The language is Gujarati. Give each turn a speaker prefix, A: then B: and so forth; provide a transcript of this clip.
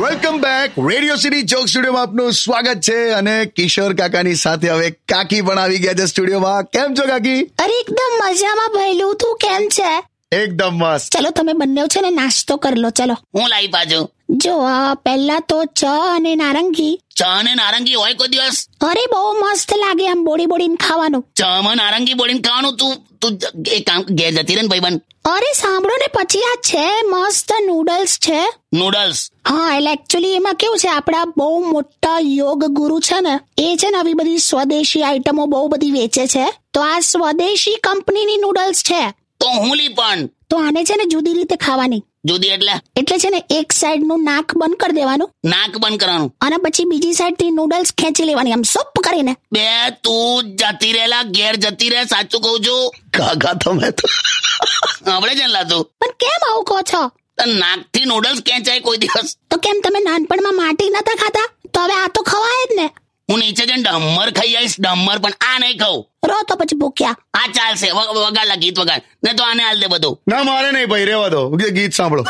A: welcome back radio city joke સ્ટુડિયોમાં આપનું સ્વાગત છે અને કિશોર કાકાની સાથે હવે કાકી પણ આવી ગયા છે સ્ટુડિયોમાં કેમ છો કાકી
B: અરે એકદમ મજામાં ભયલું તું કેમ છે
A: એકદમ મસ્ત
B: ચલો તમે બંને છે ને નાસ્તો કરી લો ચલો
C: હું લાવી પાછું
B: જો આ પહેલા તો ચ અને નારંગી
C: ચા ને નારંગી હોય કોઈ દિવસ
B: અરે બહુ મસ્ત લાગે આમ બોડી બોડીને ખાવાનું
C: ચા માં નારંગી બોલીને ખાવાનું તું તું એ કામ ઘેર જતી રહે ને ભાઈબંધ
B: અરે સાંભળો ને પછી આ છે મસ્ત નૂડલ્સ છે
C: નૂડલ્સ
B: હા એટલે એકચ્યુઅલી એમાં કેવું છે આપણા બહુ મોટા યોગ ગુરુ છે ને એ છે ને આવી બધી સ્વદેશી આઈટમો બહુ બધી વેચે છે તો આ સ્વદેશી કંપનીની નૂડલ્સ છે
C: તો હું લી પણ
B: તો આને છે ને જુદી રીતે ખાવાની
C: જુદી એટલે
B: એટલે છે ને એક સાઈડનું નાક બંધ કરી દેવાનું
C: નાક બંધ કરવાનું
B: અને પછી બીજી સાઈડથી નૂડલ્સ ખેંચી લેવાની આમ સપ કરીને
C: બે તું જતી રહેલા ઘેર જતી રહે સાચું કહું છું
A: કાકા તમે તો
C: આપણે જ લા તું
B: પણ કેમ આવું કહો છો
C: નાક થી નૂડલ્સ ખેંચાય કોઈ દિવસ
B: તો કેમ તમે નાનપણમાં માટી નતા ખાતા તો હવે આ તો ખવાય જ ને
C: હું નીચે જઈને ડમર ખાઈ આવીશ ડમર પણ આ નહીં ખાઉં
B: રો તો પછી ભૂખ્યા
C: આ ચાલશે વ- વગાડ લા ગીત વગાડ ને તો આને હાલ દે બધું
A: ના મારે નહીં ભાઈ રેવા દો ગીત સાંભળો